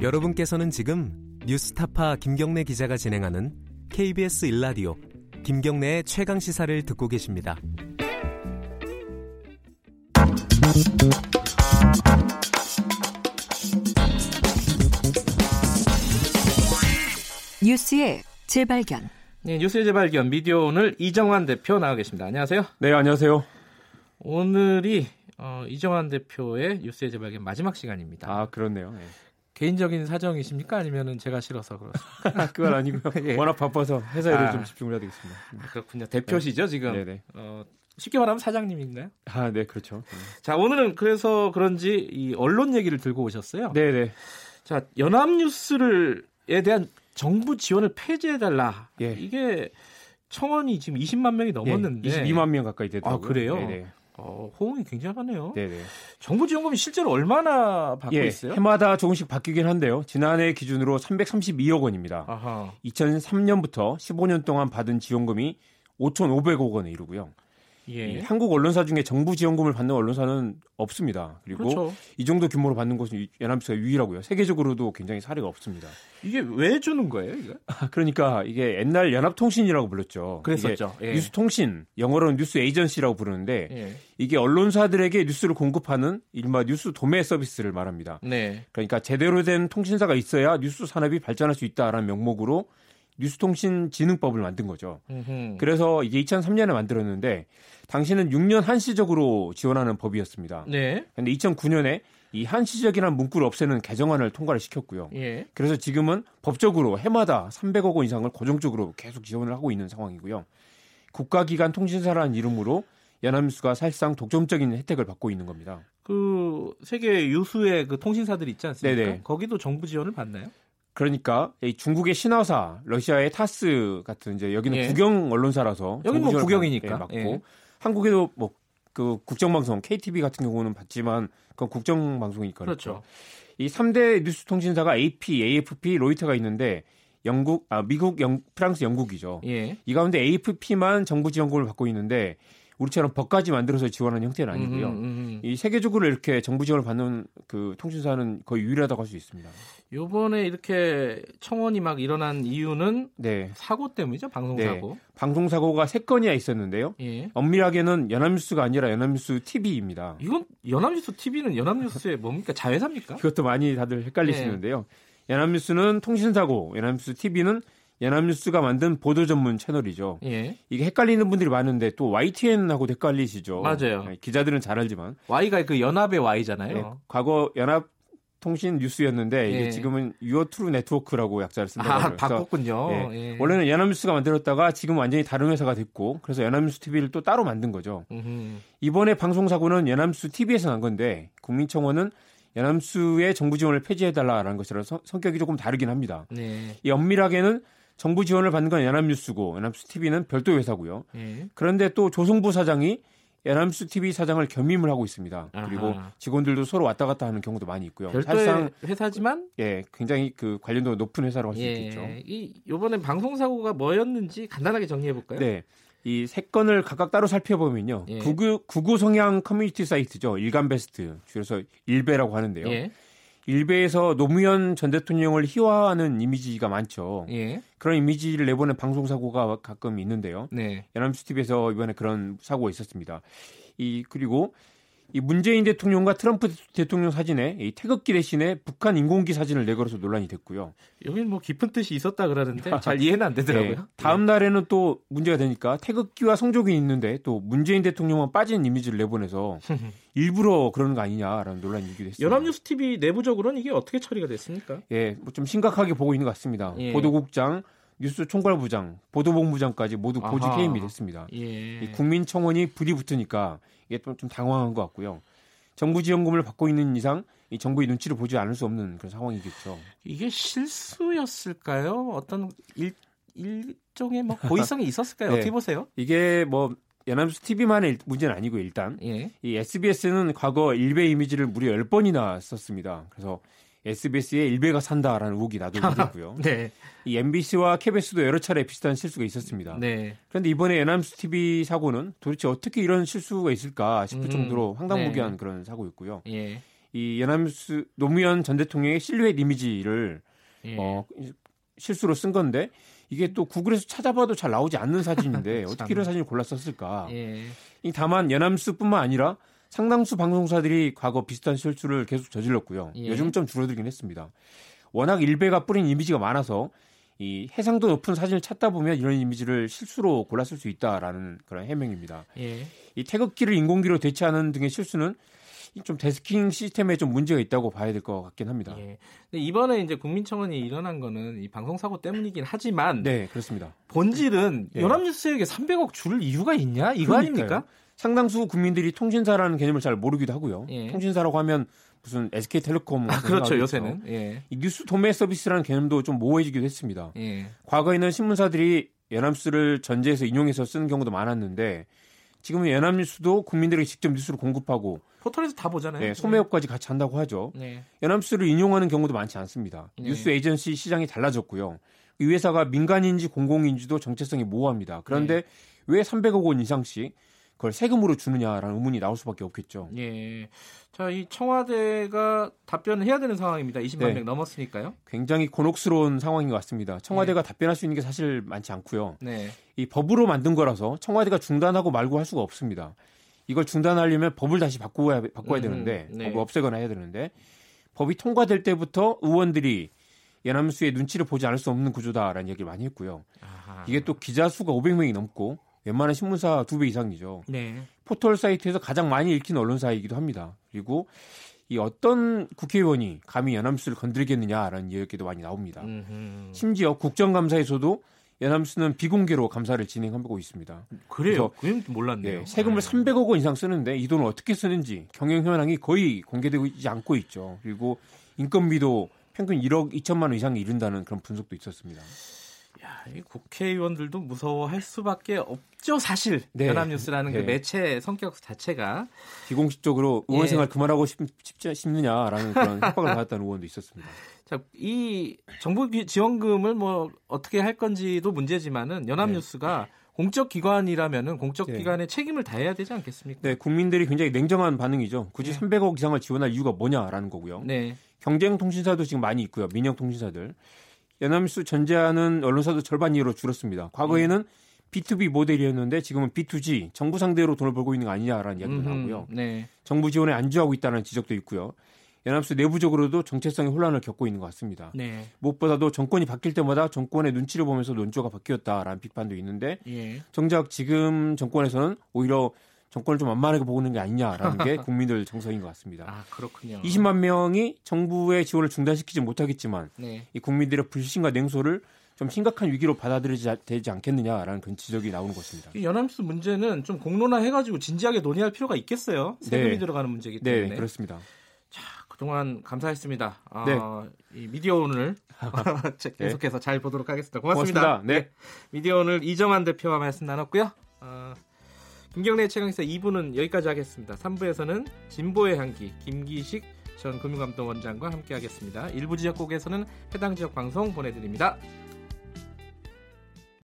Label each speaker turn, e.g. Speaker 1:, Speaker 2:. Speaker 1: 여러분께서는 지금 뉴스타파 김경래 기자가 진행하는 KBS 일라디오 김경래의 최강 시사를 듣고 계십니다.
Speaker 2: 뉴스의 재발견.
Speaker 3: 네, 뉴스의 재발견 미디어 오늘 이정환 대표 나와 계십니다. 안녕하세요.
Speaker 4: 네, 안녕하세요.
Speaker 3: 오늘이 어, 이정환 대표의 뉴스의 재발견 마지막 시간입니다.
Speaker 4: 아, 그렇네요. 예.
Speaker 3: 개인적인 사정이십니까? 아니면은 제가 싫어서 그렇습니까?
Speaker 4: 그건 아니고요.
Speaker 3: 예.
Speaker 4: 워낙 바빠서 회사 일에
Speaker 3: 아.
Speaker 4: 좀 집중을 해야 되겠습니다.
Speaker 3: 그렇군요. 대표시죠 지금.
Speaker 4: 네네.
Speaker 3: 어, 쉽게 말하면 사장님인가요?
Speaker 4: 아, 네, 그렇죠.
Speaker 3: 자, 오늘은 그래서 그런지 이 언론 얘기를 들고 오셨어요.
Speaker 4: 네, 네.
Speaker 3: 자, 연합뉴스를에 대한 정부 지원을 폐지해달라.
Speaker 4: 예.
Speaker 3: 이게 청원이 지금 20만 예, 명이 넘었는데
Speaker 4: 22만 명 가까이 되더라고요.
Speaker 3: 아, 그래요?
Speaker 4: 네네.
Speaker 3: 어, 호응이 굉장하네요.
Speaker 4: 네네.
Speaker 3: 정부 지원금이 실제로 얼마나 받고
Speaker 4: 예,
Speaker 3: 아, 있어요?
Speaker 4: 해마다 조금씩 바뀌긴 한데요. 지난해 기준으로 332억 원입니다.
Speaker 3: 아하.
Speaker 4: 2003년부터 15년 동안 받은 지원금이 5,500억 원에 이르고요.
Speaker 3: 예.
Speaker 4: 이 한국 언론사 중에 정부 지원금을 받는 언론사는 없습니다. 그리고
Speaker 3: 그렇죠.
Speaker 4: 이 정도 규모로 받는 곳은 유- 연합뉴스가 유일하고요. 세계적으로도 굉장히 사례가 없습니다.
Speaker 3: 이게 왜 주는 거예요, 이거?
Speaker 4: 아, 그러니까 이게 옛날 연합통신이라고 불렀죠.
Speaker 3: 그랬었죠.
Speaker 4: 이게
Speaker 3: 예.
Speaker 4: 뉴스통신, 영어로는 뉴스 에이전시라고 부르는데
Speaker 3: 예.
Speaker 4: 이게 언론사들에게 뉴스를 공급하는 일마 뉴스 도매 서비스를 말합니다.
Speaker 3: 네.
Speaker 4: 그러니까 제대로 된 통신사가 있어야 뉴스 산업이 발전할 수 있다라는 명목으로 뉴스통신진흥법을 만든 거죠.
Speaker 3: 음흠.
Speaker 4: 그래서 이게 2003년에 만들었는데 당시는 6년 한시적으로 지원하는 법이었습니다.
Speaker 3: 네.
Speaker 4: 그런데 2009년에 이 한시적이라는 문구를 없애는 개정안을 통과를 시켰고요.
Speaker 3: 예.
Speaker 4: 그래서 지금은 법적으로 해마다 300억 원 이상을 고정적으로 계속 지원을 하고 있는 상황이고요. 국가기관 통신사라는 이름으로 연합뉴스가 사실상 독점적인 혜택을 받고 있는 겁니다.
Speaker 3: 그 세계 유수의 그 통신사들 있지 않습니까?
Speaker 4: 네네.
Speaker 3: 거기도 정부 지원을 받나요?
Speaker 4: 그러니까 이 중국의 신화사, 러시아의 타스 같은 이제 여기는
Speaker 3: 예.
Speaker 4: 국영 언론사라서
Speaker 3: 여긴 뭐
Speaker 4: 정부 지원을
Speaker 3: 국영이니까.
Speaker 4: 받- 예,
Speaker 3: 예.
Speaker 4: 맞고 한국에도 뭐 그 국정방송 KTV 같은 경우는 받지만 그건 국정방송이니까
Speaker 3: 그렇죠.
Speaker 4: 이 3대 뉴스 통신사가 AP, AFP, 로이터가 있는데 영국, 아 미국, 영, 프랑스, 영국이죠.
Speaker 3: 예.
Speaker 4: 이 가운데 AFP만 정부 지원금을 받고 있는데 우리처럼 법까지 만들어서 지원하는 형태는 아니고요.
Speaker 3: 음, 음, 음.
Speaker 4: 이 세계적으로 이렇게 정부 지원을 받는 그 통신사는 거의 유일하다고 할 수 있습니다.
Speaker 3: 요번에 이렇게 청원이 막 일어난 이유는
Speaker 4: 네.
Speaker 3: 사고 때문이죠, 방송
Speaker 4: 네.
Speaker 3: 사고.
Speaker 4: 방송 사고가 세 건이나 있었는데요.
Speaker 3: 예.
Speaker 4: 엄밀하게는 연합뉴스가 아니라 연합뉴스 TV입니다.
Speaker 3: 이건 연합뉴스 TV는 연합뉴스의 뭡니까? 자회사입니까?
Speaker 4: 그것도 많이 다들 헷갈리시는데요.
Speaker 3: 네.
Speaker 4: 연합뉴스는 통신사고 연합뉴스 TV는 연합뉴스가 만든 보도 전문 채널이죠.
Speaker 3: 예.
Speaker 4: 이게 헷갈리는 분들이 많은데 또 YTN하고 헷갈리시죠.
Speaker 3: 맞아요.
Speaker 4: 네, 기자들은 잘 알지만
Speaker 3: Y가 그 연합의 Y잖아요.
Speaker 4: 네, 과거 연합 통신 뉴스였는데 이게
Speaker 3: 예.
Speaker 4: 지금은 유어트루 네트워크라고 약자를 쓴다고
Speaker 3: 아,
Speaker 4: 해요. 그래서
Speaker 3: 바꿨군요.
Speaker 4: 예,
Speaker 3: 예.
Speaker 4: 원래는 연합뉴스가 만들었다가 지금 완전히 다른 회사가 됐고 그래서 연합뉴스 TV를 또 따로 만든 거죠.
Speaker 3: 음흠.
Speaker 4: 이번에 방송 사고는 연합뉴스 TV에서 난 건데 국민청원은 연합뉴스의 정부 지원을 폐지해달라라는 것이라 서- 성격이 조금 다르긴 합니다.
Speaker 3: 네.
Speaker 4: 이 엄밀하게는 정부 지원을 받는 건 연합뉴스고 연합뉴스 TV는 별도 회사고요.
Speaker 3: 예.
Speaker 4: 그런데 또 조성부 사장이 연합뉴스 TV 사장을 겸임을 하고 있습니다. 그리고
Speaker 3: 아하.
Speaker 4: 직원들도 서로 왔다 갔다 하는 경우도 많이 있고요.
Speaker 3: 별도의
Speaker 4: 사실상
Speaker 3: 회사지만
Speaker 4: 예, 굉장히 그 관련도가 높은 회사라고 할 수 있겠죠.
Speaker 3: 예, 이 요번에 방송 사고가 뭐였는지 간단하게 정리해 볼까요?
Speaker 4: 네. 이 세 건을 각각 따로 살펴보면요.
Speaker 3: 예.
Speaker 4: 구구, 구구 성향 커뮤니티 사이트죠. 일간베스트. 줄여서 일베라고 하는데요.
Speaker 3: 예.
Speaker 4: 일베에서 노무현 전 대통령을 희화하는 이미지가 많죠.
Speaker 3: 예.
Speaker 4: 그런 이미지를 내보낸 방송사고가 가끔 있는데요.
Speaker 3: 네.
Speaker 4: 연합뉴스 TV에서 이번에 그런 사고가 있었습니다. 이 그리고 이 문재인 대통령과 트럼프 대통령 사진에 이 태극기 대신에 북한 인공기 사진을 내걸어서 논란이 됐고요.
Speaker 3: 여긴 뭐 깊은 뜻이 있었다 그러는데 잘 이해는 안 되더라고요.
Speaker 4: 네, 다음 날에는 또 문제가 되니까 태극기와 성조기 있는데 또 문재인 대통령만 빠진 이미지를 내보내서 일부러 그러는 거 아니냐라는 논란이 일기도
Speaker 3: 예.
Speaker 4: 했습니다.
Speaker 3: 연합뉴스 TV 내부적으로는 이게 어떻게 처리가 됐습니까?
Speaker 4: 예, 뭐좀 심각하게 보고 있는 것 같습니다.
Speaker 3: 예.
Speaker 4: 보도국장, 뉴스 총괄부장, 보도본부장까지 모두 보직
Speaker 3: 아하.
Speaker 4: 해임이 됐습니다.
Speaker 3: 예.
Speaker 4: 이 국민청원이 불이 붙으니까 이게 또 좀 당황한 것 같고요. 정부 지원금을 받고 있는 이상 이 정부의 눈치를 보지 않을 수 없는 그런 상황이겠죠.
Speaker 3: 이게 실수였을까요? 어떤 일 일종의 뭐 고의성이 있었을까요?
Speaker 4: 네.
Speaker 3: 어떻게 보세요?
Speaker 4: 이게 뭐 연합뉴스 TV만의 문제는 아니고 일단
Speaker 3: 예.
Speaker 4: 이 SBS는 과거 일베 이미지를 무려 10번이나 썼습니다. 그래서 SBS의 일베가 산다라는 의혹이 나돌고 있고요.
Speaker 3: 네.
Speaker 4: 이 MBC와 KBS도 여러 차례 비슷한 실수가 있었습니다.
Speaker 3: 네.
Speaker 4: 그런데 이번에 연합뉴스 TV 사고는 도대체 어떻게 이런 실수가 있을까 싶을
Speaker 3: 음,
Speaker 4: 정도로 황당무계한
Speaker 3: 네.
Speaker 4: 그런 사고였고요.
Speaker 3: 예.
Speaker 4: 이 연합뉴스 노무현 전 대통령의 실루엣 이미지를
Speaker 3: 예.
Speaker 4: 어, 실수로 쓴 건데 이게 또 구글에서 찾아봐도 잘 나오지 않는 사진인데
Speaker 3: 참.
Speaker 4: 어떻게 이런 사진을 골랐었을까?
Speaker 3: 예.
Speaker 4: 이 다만 연합뉴스뿐만 아니라 상당수 방송사들이 과거 비슷한 실수를 계속 저질렀고요.
Speaker 3: 예.
Speaker 4: 요즘 좀 줄어들긴 했습니다. 워낙 일베가 뿌린 이미지가 많아서 이 해상도 높은 사진을 찾다 보면 이런 이미지를 실수로 골랐을 수 있다라는 그런 해명입니다.
Speaker 3: 예.
Speaker 4: 이 태극기를 인공기로 대체하는 등의 실수는 이좀 데스킹 시스템에 좀 문제가 있다고 봐야 될 것 같긴 합니다.
Speaker 3: 예. 근데 이번에 이제 국민청원이 일어난 거는 이 방송 사고 때문이긴 하지만
Speaker 4: 네, 그렇습니다.
Speaker 3: 본질은
Speaker 4: 예.
Speaker 3: 연합뉴스에게 300억 줄 이유가 있냐 이거 아닙니까?
Speaker 4: 상당수 국민들이 통신사라는 개념을 잘 모르기도 하고요.
Speaker 3: 예.
Speaker 4: 통신사라고 하면 무슨 SK텔레콤
Speaker 3: 아,
Speaker 4: 같은
Speaker 3: 그렇죠
Speaker 4: 생각이
Speaker 3: 요새는 예.
Speaker 4: 이 뉴스 도매 서비스라는 개념도 좀 모호해지기도 했습니다.
Speaker 3: 예.
Speaker 4: 과거에는 신문사들이 연합뉴스를 전제해서 인용해서 쓰는 경우도 많았는데 지금은 연합뉴스도 국민들에게 직접 뉴스를 공급하고
Speaker 3: 포털에서 다 보잖아요.
Speaker 4: 예, 소매업까지 같이 한다고 하죠.
Speaker 3: 네.
Speaker 4: 연합뉴스를 인용하는 경우도 많지 않습니다.
Speaker 3: 네.
Speaker 4: 뉴스 에이전시 시장이 달라졌고요. 이 회사가 민간인지 공공인지도 정체성이 모호합니다.
Speaker 3: 네.
Speaker 4: 그런데 왜 300억 원 이상씩 그걸 세금으로 주느냐라는 의문이 나올 수밖에 없겠죠.
Speaker 3: 예. 자, 이 청와대가 답변을 해야 되는 상황입니다. 20만
Speaker 4: 네.
Speaker 3: 명 넘었으니까요.
Speaker 4: 굉장히 곤혹스러운 상황인 것 같습니다. 청와대가 답변할 수 있는 게 사실 많지 않고요.
Speaker 3: 네.
Speaker 4: 이 법으로 만든 거라서 청와대가 중단하고 말고 할 수가 없습니다. 이걸 중단하려면 법을 다시 바꿔야 바꿔야
Speaker 3: 음,
Speaker 4: 되는데
Speaker 3: 네.
Speaker 4: 법을 없애거나 해야 되는데 법이 통과될 때부터 의원들이 연합수의 눈치를 보지 않을 수 없는 구조다라는 얘기를 많이 했고요.
Speaker 3: 아하.
Speaker 4: 이게 또 기자 수가 500명이 넘고 웬만한 신문사 두 배 이상이죠.
Speaker 3: 네.
Speaker 4: 포털 사이트에서 가장 많이 읽힌 언론사이기도 합니다. 그리고 이 어떤 국회의원이 감히 연합수를 건드리겠느냐라는 이야기도 많이 나옵니다.
Speaker 3: 음흠.
Speaker 4: 심지어 국정감사에서도 연합수는 비공개로 감사를 진행하고 있습니다.
Speaker 3: 그래요.
Speaker 4: 그래서-
Speaker 3: 그건
Speaker 4: 네,
Speaker 3: 몰랐네요.
Speaker 4: 세금을
Speaker 3: 네.
Speaker 4: 300억 원 이상 쓰는데 이 돈을 어떻게 쓰는지 경영 현황이 거의 공개되지 않고 있죠. 그리고 인건비도 평균 1억 2천만 원 이상이 이른다는 그런 분석도 있었습니다.
Speaker 3: 야, 이 국회의원들도 무서워할 수밖에 없죠, 사실.
Speaker 4: 네.
Speaker 3: 연합뉴스라는 그
Speaker 4: 네.
Speaker 3: 매체 성격 자체가.
Speaker 4: 비공식적으로 의원
Speaker 3: 예.
Speaker 4: 생활 그만하고 싶, 싶지 싶느냐라는 그런 협박을 받았다는 의원도 있었습니다.
Speaker 3: 자, 이 정부 기- 지원금을 뭐 어떻게 할 건지도 문제지만은 연합뉴스가 공적 기관이라면은 공적
Speaker 4: 네.
Speaker 3: 기관의 책임을 다해야 되지 않겠습니까?
Speaker 4: 네, 국민들이 굉장히 냉정한 반응이죠. 굳이
Speaker 3: 네.
Speaker 4: 300억 이상을 지원할 이유가 뭐냐라는 거고요.
Speaker 3: 네.
Speaker 4: 경쟁 통신사도 지금 많이 있고요. 민영 통신사들. 연합뉴스 전제하는 언론사도 절반 이하로 줄었습니다.
Speaker 3: 네.
Speaker 4: 과거에는 B2B 모델이었는데 지금은 B2G 정부 상대로 돈을 벌고 있는 거 아니냐라는 이야기도
Speaker 3: 음흠.
Speaker 4: 나오고요.
Speaker 3: 네.
Speaker 4: 정부 지원에 안주하고 있다는 지적도 있고요. 연합뉴스 내부적으로도 정체성의 혼란을 겪고 있는 것 같습니다.
Speaker 3: 네.
Speaker 4: 무엇보다도 정권이 바뀔 때마다 정권의 눈치를 보면서 논조가 바뀌었다라는 비판도 있는데
Speaker 3: 예.
Speaker 4: 정작 지금 정권에서는 오히려 정권을 좀 만만하게 보는 게 아니냐라는 게 국민들 정서인 것 같습니다.
Speaker 3: 아, 그렇군요.
Speaker 4: 20만 명이 정부의 지원을 중단시키지 못하겠지만
Speaker 3: 네.
Speaker 4: 이 국민들의 불신과 냉소를 좀 심각한 위기로 받아들여지지 않겠느냐라는 그런 지적이 나오는 것입니다.
Speaker 3: 이 연합뉴스 문제는 좀 공론화 해가지고 진지하게 논의할 필요가 있겠어요. 세금이
Speaker 4: 네.
Speaker 3: 들어가는 문제이기 때문에.
Speaker 4: 네, 그렇습니다.
Speaker 3: 그동안 감사했습니다. 아,
Speaker 4: 네.
Speaker 3: 이 미디어 오늘 계속해서 잘 보도록 하겠습니다. 네. 고맙습니다. 예.
Speaker 4: 고맙습니다. 네.
Speaker 3: 미디어 오늘 이정환 대표와 말씀 나눴고요. 아, 김경래 최강기사 2부는 여기까지 하겠습니다. 3부에서는 진보의 향기 김기식 전 금융감독원장과 함께하겠습니다. 일부 지역국에서는 해당 지역 방송 보내드립니다.